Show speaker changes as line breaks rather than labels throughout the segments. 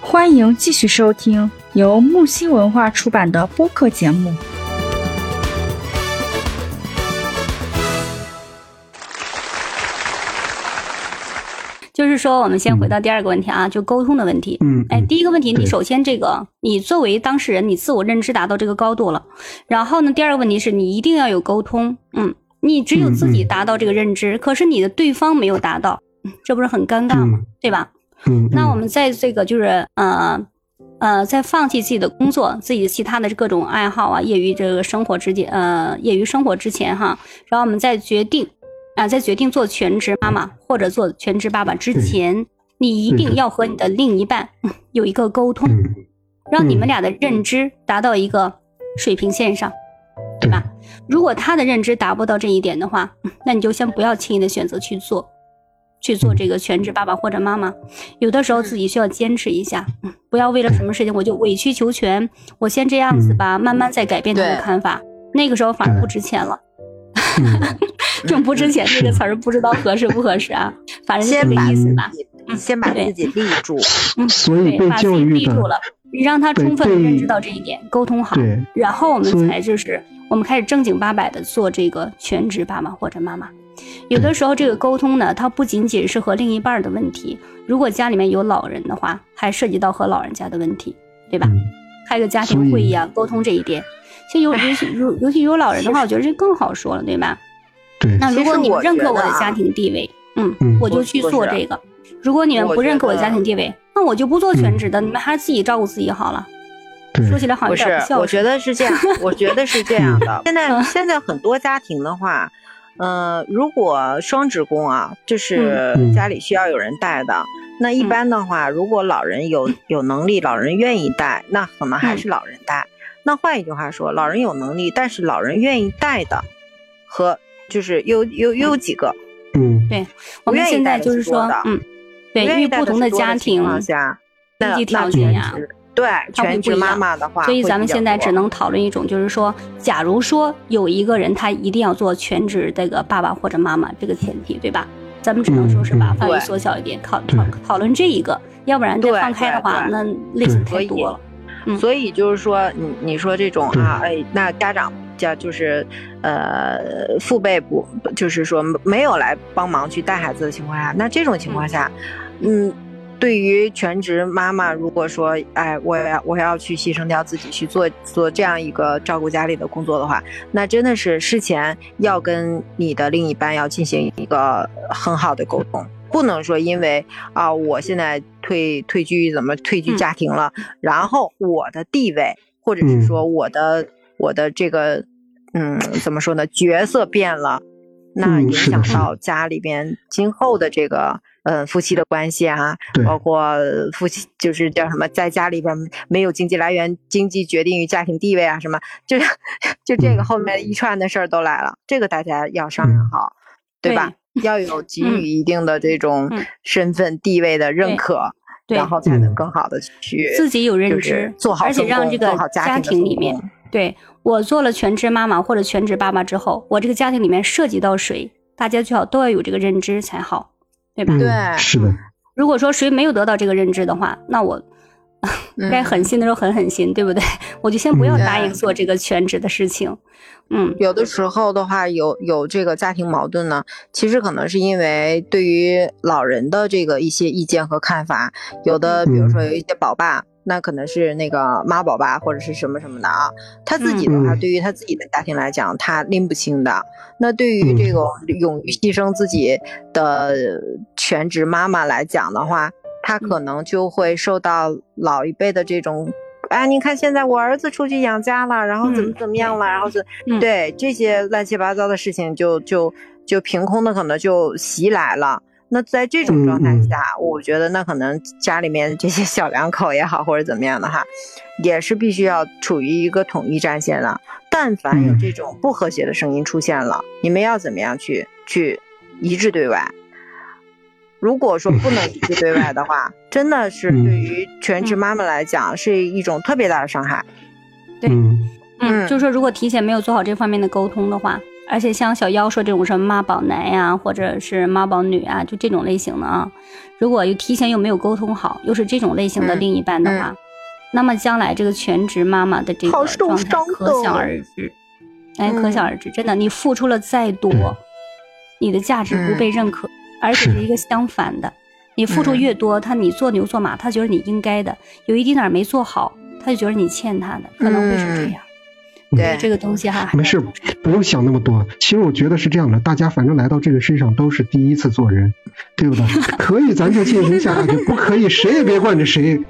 欢迎继续收听由木星文化出版的播客节目。
就是说，我们先回到第二个问题啊，就沟通的问题。
嗯，
哎，第一个问题，
对
你首先这个，你作为当事人，你自我认知达到这个高度了。然后呢，第二个问题是你一定要有沟通，嗯，你只有自己
嗯嗯
达到这个认知，可是你的对方没有达到，嗯这不是很尴尬吗？
嗯
对吧？
嗯，
那我们在这个就是呃呃，在放弃自己的工作、自己其他的各种爱好啊、业余这个生活之前，呃，业余生活之前哈，然后我们在决定啊、在决定做全职妈妈或者做全职爸爸之前，你一
对
定
对
要和你的另一半 嗯有一个沟通，
嗯，
让你们
嗯
俩的认知达到一个水平线上。
对
吧？如果他的认知达不到这一点的话， 嗯那你就先不要轻易的选择去做，去做这个全职爸爸或者妈妈。有的时候
嗯
自己需要坚持一下，嗯不要为了什么事情我就委曲求全，我先这样子
嗯
吧，慢慢再改变他的
对
看法。那个时候反而
对
不值钱了，
嗯
这种不值钱这个词儿不知道合适不合适 啊，反正就
先
这
把
个意
自
思
己
吧。嗯
先把
对
自己立住，
所以
对，
嗯被
把自
教
己
育
逼
的
住了，你让他
对
充分的认知
被
到这一点，沟通好，
对
然后我
所以
们才就是我们开始正经八百的做这个全职爸妈或者妈妈。有的时候这个沟通呢，它不仅仅是和另一半儿的问题，如果家里面有老人的话，还涉及到和老人家的问题，对吧？
嗯
开个家庭会议啊，沟通这一点，其实尤尤 其尤尤其有老人的话，我觉得这更好说了，对吧？
对
那
其
如果
实
你们
我
认
觉
可我
得
的
啊
家庭地位，嗯，
嗯
我就
不
去
不
做
是啊
这个。如果你们
我
不认
觉
可我的家
得
庭地位，那我就不做全
嗯
职的，你们还是自己照顾自己好了。
对
说起 来好像
不
有点
是
不，孝
我觉
顺。
得 是这样，我觉得是这样
嗯
的。现在现在很多家庭的话，呃，如果双职工啊，就是
嗯嗯
家里需要有人带的，那一
嗯
般的话，如果老人有有能力，老人愿意带，那可能
嗯
还是老人带。那换一句话说，老人有能力，但是老人愿意带的和就是又又又有几个，
嗯
我们
愿意
现在
带的
就是
是多
说
的，
嗯，对，因
愿
为
意带
不同
的是多
家
情
庭，
况下，那
经济
那
条
全
件呀
职对
它会
全
不
职
一
妈
样
妈的话，
所以
会
咱们
比较
现在只
多
能讨论一种，就是说，假如说有一个人他一定要做全职这个爸爸或者妈妈这个前提，对吧？咱们只能说是把
嗯嗯
范围
对
缩小一点，讨
对
讨讨论这一个，要不然再
对
放开的
对
话，
对
那类型
所
太
以
多了。嗯
所以就是说，你你说这种啊，哎，那家长家就是，呃，父辈不就是说没有来帮忙去带孩子的情况下，那这种情况下，嗯，对于全职妈妈，如果说，哎，我要我要去牺牲掉自己去做做这样一个照顾家里的工作的话，那真的是事前
嗯
要跟你的另一半要进行一个很好的沟通，不能说因为啊、我现在退退居怎么退居
嗯
家庭了，然后我的地位或者是
嗯
说我的、我的这个嗯怎么说呢角色变了，那
嗯
影
是的
响
是的
到家里边今后的这个嗯夫妻的关系啊，
对
包括呃夫妻就是叫什么，在家里边没有经济来源，经济决定于家庭地位啊，什么，就就这个
嗯
后面一串的事儿都来了，这个大家要商量
嗯
好，对 吧？要有给
嗯
予一定的这种
嗯
身份地位的认
对
可，
对
然，后才能
嗯
更好的去
自己有认
就
知
是，做好
而且
分
让
工
这个
做好
家
家庭
庭
的
里
分
面
工
对我做了全职妈妈或者全职爸爸之后，我这个家庭里面涉及到谁，大家最好都要有这个认知才好，对吧？
嗯
对
是的，
如果说谁没有得到这个认知的话，那我 该
嗯
狠心的时候狠狠心，对不对？ 我就先不要
嗯
答应做这个全职的事情。嗯，
有的时候的话，有有这个家庭矛盾呢，其实可能是因为对于老人的这个一些意见和看法，有的比如
嗯
说有一些宝爸，那可能是那个妈宝爸或者是什么什么的啊，他自己的话，
嗯
对于他自己的家庭来讲，他拎不清的。那对于
嗯
这种勇于牺牲自己的全职妈妈来讲的话，
嗯
她可能就会受到老一辈的这种。哎，您看，现在我儿子出去养家了，然后怎么
嗯
怎么样了，然后是
嗯
对这些乱七八糟的事情就，就就凭空的可能就袭来了。那在这种状态
嗯嗯
下，我觉得那可能家里面这些小两口也好，或者怎么样的哈，也是必须要处于一个统一战线的。但凡有
嗯
这种不和谐的声音出现了，你们要怎么样去去一致对外？如果说不能一致对外的 话，真的是
嗯
对于全职妈妈来讲是一种特别大的伤害。
对
嗯
嗯，
嗯
就是说如果提前没有做好这方面的沟通的话，而且像小妖说这种什么妈宝男呀、或者是妈宝女啊，就这种类型的啊，如果又提前又没有沟通好，又是这种类型的
嗯
另一半的话，那么将来这个全职妈妈的这
好
个
受
状态
伤
可
的
想而知。哎，可想
嗯
而知，真的，你付出了再多，
嗯
你的价值
嗯
不被认可，而且是
是
一个相反的。你付出
嗯
越多，他你做牛做马，他觉得你应该的，有一丁点儿没做好，他就觉得你欠他的，可能会是这
嗯
样。
对
这个东西哈，还
没
是
事，不用想那么多。其实我觉得是这样的，大家反正来到这个世上都是第一次做人，对不对？ 可以咱就进行下去，不可以谁也别惯着 谁。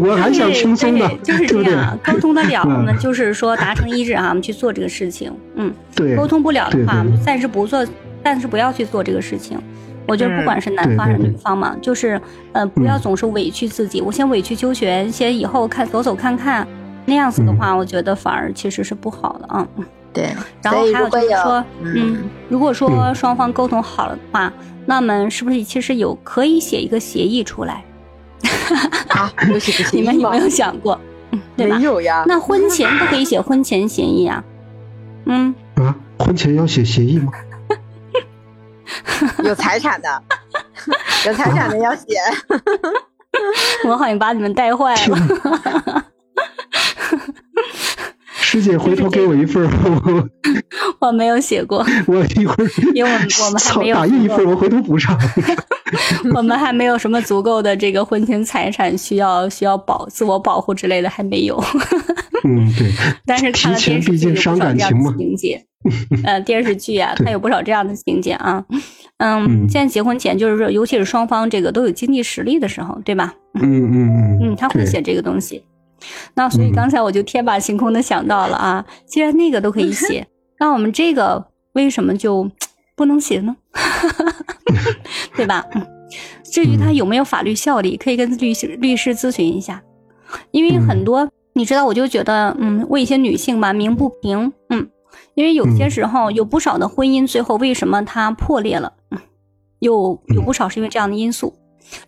我还想轻松的
对，就是
对
这
不对
样啊，沟通得了，
嗯
我们就是说达成一致啊，我们去做这个事情。嗯，
对，
沟通不了的
对
话，
对
我们就暂时不做，暂时不要去做这个事情。我觉得不
嗯
管是男
对
方还是
对嗯
女
对
方嘛，就是呃，不要总是委屈自己，我先委曲求全，先以后看走走看看，那样子的话，
嗯
我觉得反而其实是不好的啊。嗯
对，
然
所
后
以
还
如
有就
果
是
有
说，嗯，如果说
嗯
双方沟通好了的话，那么是不是其实有可以写一个协议出来？
啊，有写
你们有没
吗？
有想过，嗯对吧
没？有呀，
那婚前不可以写婚前协议啊？嗯，
啊，婚前要写协议吗？
有财 产的，有财产的要写。
我好像把你们带坏
天
了。
哪 师姐，回头给我一份儿，我
我没有写过，
我一会儿，
因为我们我们还
操
没有
打印一
足
份儿，我回头补上。
我们还没有什么足够的这个婚前财产需要需要保自我保护之类的还没有。
嗯，对，
但是看了
提前
电视
毕
剧有
竟
不少
伤
这样
感
的
情嘛
情 节，呃，电视剧啊，它
对
有不少这样的情节啊。嗯，
嗯
现在结婚前就是说，尤其是双方这个都有经济实力的时候，对吧？
嗯嗯嗯，
嗯，他会
对
写这个东西。那所以
嗯
刚才我就天马行空的想到了啊，既然那个都可以 写，那我们这个为什么就不能写呢？ 对吧？嗯至于
嗯
它有没有法律效力，可以跟律师律师咨询一下，因为很
嗯
多、你知道，我就觉得，嗯，为一些女性吧鸣不平，嗯，因为有些
嗯
时候有不少的婚姻最后为什么它破裂了，嗯有有
嗯
不少是因为这样的因素，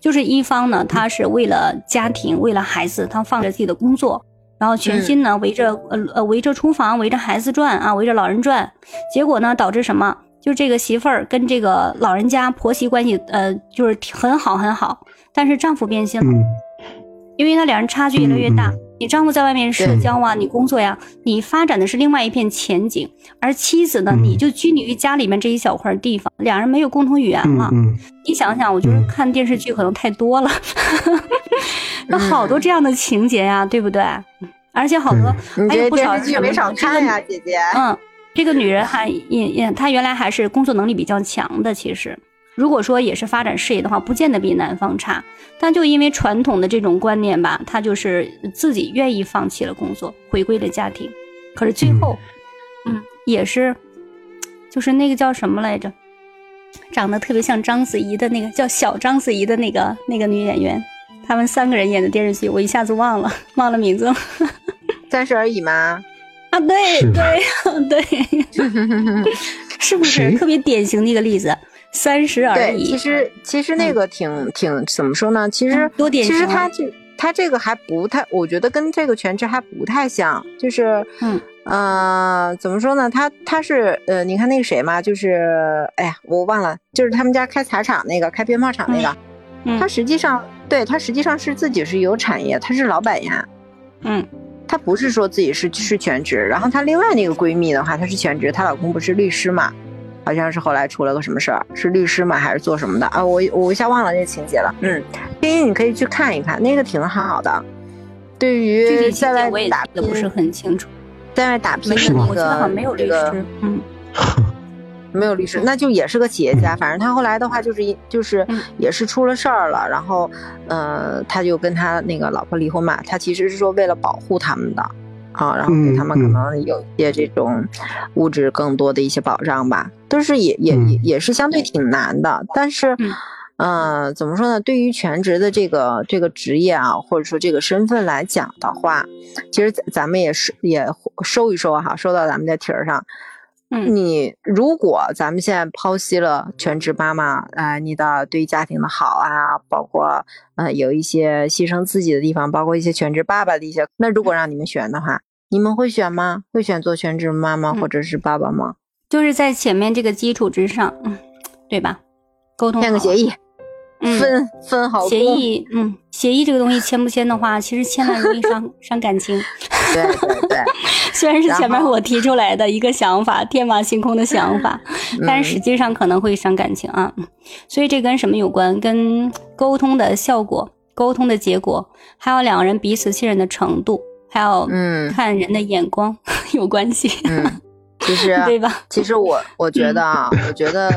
就是一方呢，他是为了家
哦
庭、为了孩子，他放着自己的工作，然后全心呢围着呃呃围着厨房、围着孩子转啊，围着老人转，结果呢导致什么？就这个媳妇儿跟这个老人家婆媳关系，呃，就是挺很好很好，但是丈夫变心了，
嗯
因为他两人差距越来越大。
嗯嗯
你丈夫在外面社交啊，你工作呀、你发展的是另外一片前景，而妻子呢，
嗯
你就拘泥于家里面这一小块地方，两人没有共同语言了。
嗯嗯，
你想想，我觉得
嗯
看电视剧可能太多了， 那好多这样的情节呀、对不对？而且好多，
你
还有
这
不
电
少
视剧
什么
没少
这个
看呀，姐姐。
嗯，这个女人还也也，她原来还是工作能力比较强的。其实，如果说也是发展事业的话，不见得比男方差。但就因为传统的这种观念吧，她就是自己愿意放弃了工作，回归了家庭。可是最后，嗯也是，就是那个叫什么来着？长得特别像章子怡的那个叫小章子怡的那个那个女演员，她们三个人演的电视剧，我一下子忘了忘了名字了
三十而已吗？
啊！对
是
对 对， 是不是
谁
特别典型的一个例子？三十而
对，其
已，
实其实那个挺挺怎么说呢？其实
嗯多典
其实
型啊
他这他这个还不太，我觉得跟这个全职还不太像，就是
嗯
呃，怎么说呢？他他是呃，你看那个谁嘛，就是哎呀，我忘了，就是他们家开茶厂那个，开鞭炮厂那个，
嗯
他实际上对他实际上是自己是有产业，他是老板呀。
嗯
她不是说自己是是全职，然后她另外那个闺蜜的话，她是全职，她老公不是律师嘛，好像是后来出了个什么事儿，是律师嘛还是做什么的啊？我我一下忘了那情节了。嗯，冰冰你可以去看一看，那个挺好的。对
具体
于
情节
在外
我也记
打
得
拼，
不是很清楚，
在外打拼
没
的
有，我
吧
那
记得好像
个
没有律
这个
师，嗯
没有律师，那就也是个企业 家。反正他后来的话，就是一就是
嗯
也是出了事儿了，然后，呃，他就跟他那个老婆离婚嘛。他其实是说为了保护他们的啊，然后给他们可
嗯嗯
能有一些这种物质更多的一些保障吧。但是也也
嗯
也也是相对挺难的，但是
嗯。
呃，怎么说呢？对于全职的这个这个职业啊，或者说这个身份来讲的话，其实咱咱们也是也收一收哈，收到咱们的题儿上。
嗯
你如果咱们现在剖析了全职妈妈，呃，你的对于家庭的好啊，包括呃有一些牺牲自己的地方，包括一些全职爸爸的一些，
嗯
那如果让你们选的话，你们会选吗？会选做全职妈妈
嗯
或者是爸爸吗？
就是在前面这个基础之上，嗯，对吧？沟通
签个
好
协议，
哦嗯
分分好
协
工，
议，嗯，协议这个东西签不签的话，其实签了容易伤 伤感情。
对对对，
虽然是
然
前面
后
我提出来的一个想法，天马行空的想法，
嗯
但是实际上可能会伤感情啊。所以这跟什么有关？跟沟通的效果、沟通的结果，还有两个人彼此信任的程度，还有
嗯
看人的眼光 有关系，
嗯，其实
对吧？
其实我我觉得啊，
嗯
我觉得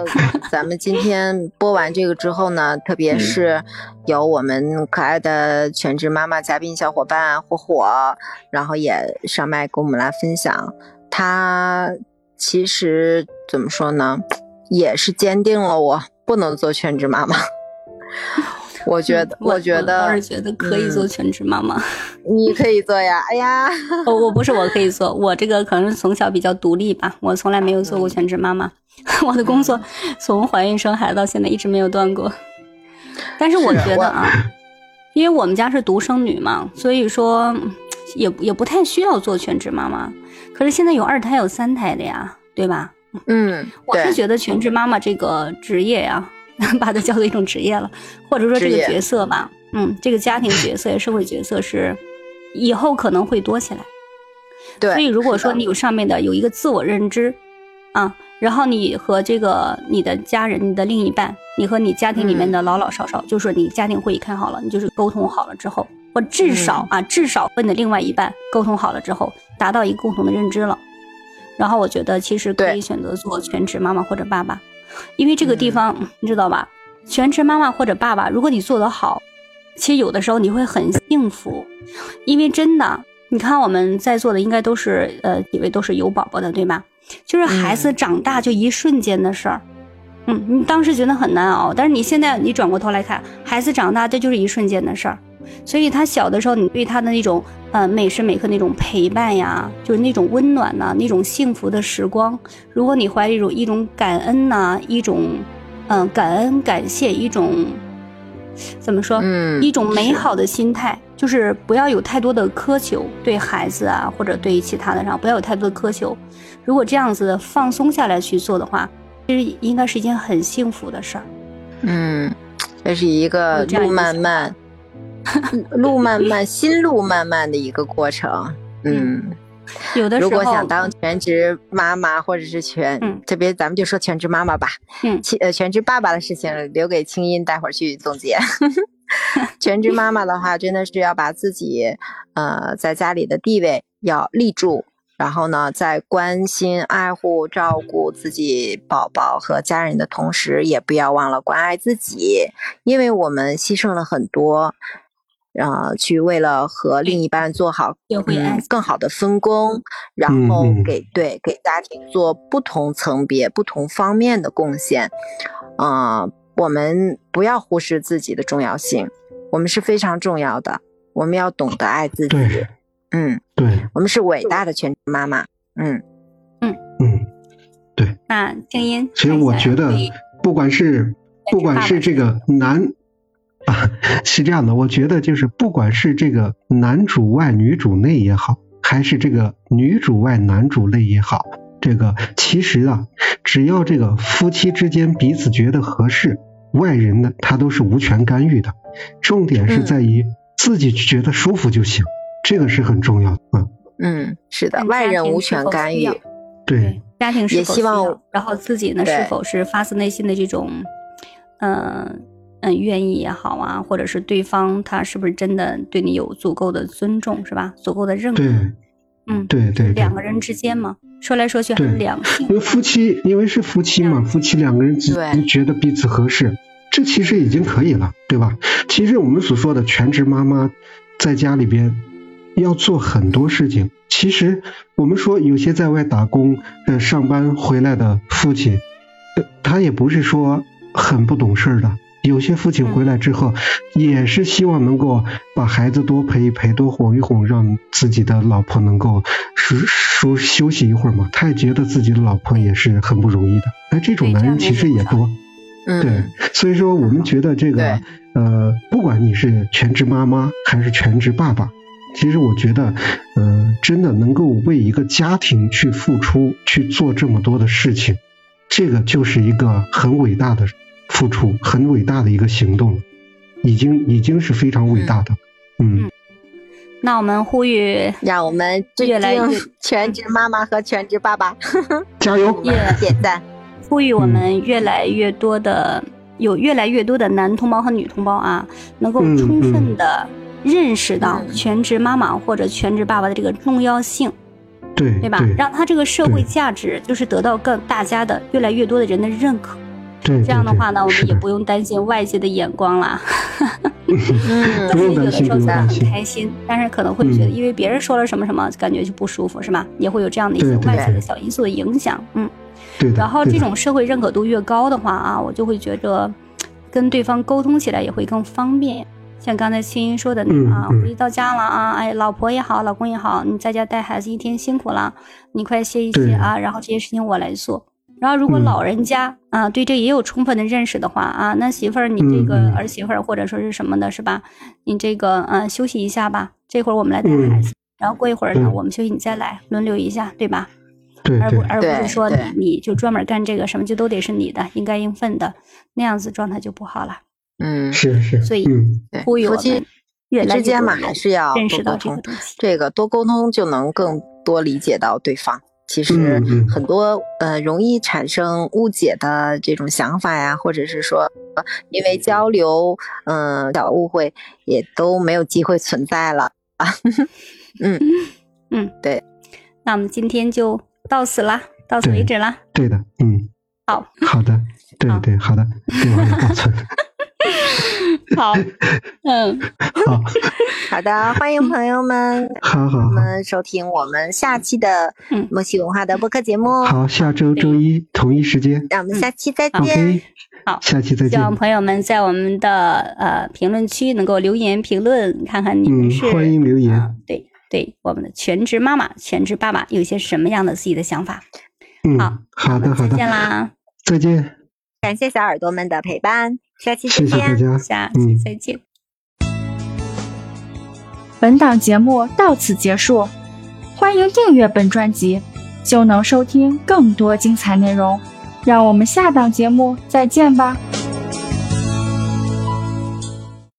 咱们今天播完这个之后呢，特
嗯
别是有我们可爱的全职妈妈嘉宾小伙伴火火，然后也上麦跟我们来分享，她其实怎么说呢，也是坚定了我不能做全职妈妈。我觉得，
嗯我
觉
我倒
得
是觉得可以做
嗯
全职妈妈。
你可以做呀。哎呀，
我我不是我可以做，我这个可能是从小比较独立吧，我从来没有做过全职妈 妈，我的工作从怀孕生孩子到现在一直没有断过。但是我
是
觉
我
得啊，因为我们家是独生女嘛，所以说嗯也不也不太需要做全职妈妈。可是现在有二胎有三胎的呀，对吧？
嗯，
我
对
是觉得全职妈妈这个职业呀、 把它叫做一种职业了，或者说这
职
个
业
角色吧，嗯，这个家庭角色、社会角色是以后可能会多起来。
对，
所以如果
是的
说你有上面的有一个自我认知，啊，然后你和这个你的家人、你的另一半，你和你家庭
嗯
里面的老老少少，就是你家庭会议开好了，你就是沟通好了之后，或
嗯
至少、啊，至少和你的另外一半沟通好了之后，达到一个共同的认知了。然后我觉得其实可以
对嗯
选择做全职妈妈或者爸爸，因为这个地方、你知道吧，全职妈妈或者爸爸，如果你做得好，其实有的时候你会很幸福，因为真的，你看我们在座的应该都是呃几位都是有宝宝的，对吧？就是孩子长大就一瞬间的事儿，嗯，你当时觉得很难熬，但是你现在你转过头来看，孩子长大这就是一瞬间的事儿，所以他小的时候你对他的那种呃每时每刻那种陪伴呀，就是那种温暖呐、那种幸福的时光，如果你怀着一种一种感恩呐、一种嗯、呃感恩感谢一种怎么说，
嗯
一种美好的心态，就是不要有太多的苛求，对孩子啊，或者对其他的上，不要有太多的苛求。如果这样子放松下来去做的话，其实应该是一件很幸福的事儿。
嗯，这是一个
有这样一
路
个
漫
想
漫， 路漫漫，心路漫漫的一个过程。嗯，
有的时
如
候，
果想当全职妈妈或者是全，
嗯
这边咱们就说全职妈妈吧。
嗯
其，呃，全职爸爸的事情留给清音待会儿去总结。 全职妈妈的话，真的是要把自己呃在家里的地位要立住，然后呢，在关心、爱护、照顾自己宝宝和家人的同时，也不要忘了关爱自己，因为我们牺牲了很多。呃，去为了和另一半做好
学会爱
嗯
自
更好的分工，然
嗯
后
嗯
给对给家庭做不同层别、不同方面的贡献。呃，我们不要忽视自己的重要性，我们是非常重要的，我们要懂得爱自己。
对
嗯，
对，
我们是伟大的全职妈妈。嗯
嗯，
那啊静音，
其实我觉得
对
不管是不管是这个男。 啊，是这样的，我觉得就是不管是这个男主外女主内也好，还是这个女主外男主内也好，这个其实啊，只要这个夫妻之间彼此觉得合适，外人呢他都是无权干预的。重点是
嗯
在于自己觉得舒服就行，这个是很重要的。嗯，
嗯，是的，
看
外
家
人
庭
无
是
权
否
干
需
预
要。
对，
嗯家庭是
也
否
希
需
望
要，然后自己呢
对
是否是发自内心的这种，呃嗯愿意也好啊，或者是对方他是不是真的对你有足够的尊重是吧？足够的认可，
对，
嗯，
对对对。
两个人之间嘛，说来说去还是
对
两性
因为
化
夫妻，因为是夫妻嘛，
嗯
夫妻两个人只
对
觉得彼此合适，这其实已经可以了，对吧？其实我们所说的全职妈妈在家里边要做很多事情，其实我们说有些在外打工、呃上班回来的父亲，呃他也不是说很不懂事儿的。有些父亲回来之后，
嗯
也是希望能够把孩子多陪一陪，多哄一哄，让自己的老婆能够舒舒休息一会儿嘛。他也觉得自己的老婆也是很不容易的。哎，这种
对
男
这样
人其实也
的人
多。对
嗯，，
所以说我们觉得这个，呃，不管你是全职妈妈还是全职爸爸，其实我觉得，呃，真的能够为一个家庭去付出、去做这么多的事情，这个就是一个很伟大的付出，很伟大的一个行动了，已经已经是非常伟大的。嗯，
那我们呼吁
让我们致
越来越
敬 全职妈妈和全职爸爸，
加油！哎
也
点赞。
呼吁
嗯
我们越来越多的、有越来越多的男同胞和女同胞啊，能够
嗯
充分
嗯
的认识到
嗯
全职妈妈或者全职爸爸的这个重要性，
对
对吧？让他这个社
对
会价值就是得到更大家的越来越多的人的认可。
对，
这样的
对
话呢，我
是
们也
的
不用担心外界的眼光啦。自己有的时候
不用担心，不用
嗯
虽然
担
很
心。
开心，但是可能会觉得
嗯
因为别人说了什么什么，感觉就不舒服，是吧？也会有这样的一些
对对
外界
对
的小因素的影响，嗯。
对的。
然后
对
这
的
种社会认可度越高的话啊，我就会觉着跟对方沟通起来也会更方便。像刚才青音说的那样啊，
嗯嗯
回到家了啊，哎，老婆也好，老公也好，你在家带孩子一天辛苦了，你快歇一
对
歇啊，然后这些事情我来做。然后如果
嗯
老人家、啊对这也有充分的认识的话啊，那媳妇儿你这
嗯
个
嗯
儿媳妇儿或者说是什么的是吧？你这个呃休息一下吧，这会儿我们来带孩子，然后过一会儿呢、
嗯
我们休息你再来轮流一下，对吧？
对
而
对
不而不
对
是说你
对
你就专门干这个，什么就都得是你的，应该应分的，那样子状态就不好了。
嗯，
是是，
所以
嗯
对
呼吁我
夫妻
们越来
之
越
间
多
嘛，
人
还是要
认
多
识
沟
到这个
通。
东西。
这个多沟通就能更多理解到对方。其实
嗯嗯
很多呃容易产生误解的这种想法呀，或者是说呃因为交流嗯、呃小误会也都没有机会存在了。
嗯，
对。
那我们今天就到此啦，到此
对
为止 啦。
对的，嗯，
好，
好的，对
好
对，好的，给我保存。
好，嗯，
好，
好的，欢迎朋友们，
好好
我
好。
们收听我们下期的
嗯
墨西文化的播客节目。
好，下周周一同一时间
那我们下期再见。
，OK，
好
下期再
希
见。
望朋友们在我们的呃评论区能够留言评论，看看你们
嗯
是、，
欢迎留
啊
言。
对对我们的全职妈妈、全职爸爸有一些什么样的自己的想法。好
嗯，好的，好
再
的，
见啦，
再见，
感谢小耳朵们的陪伴，下期
谢
再
谢大
见。
家。
下期
嗯
再见。
本档节目到此结束，欢迎订阅本专辑，就能收听更多精彩内容。让我们下档节目再见吧。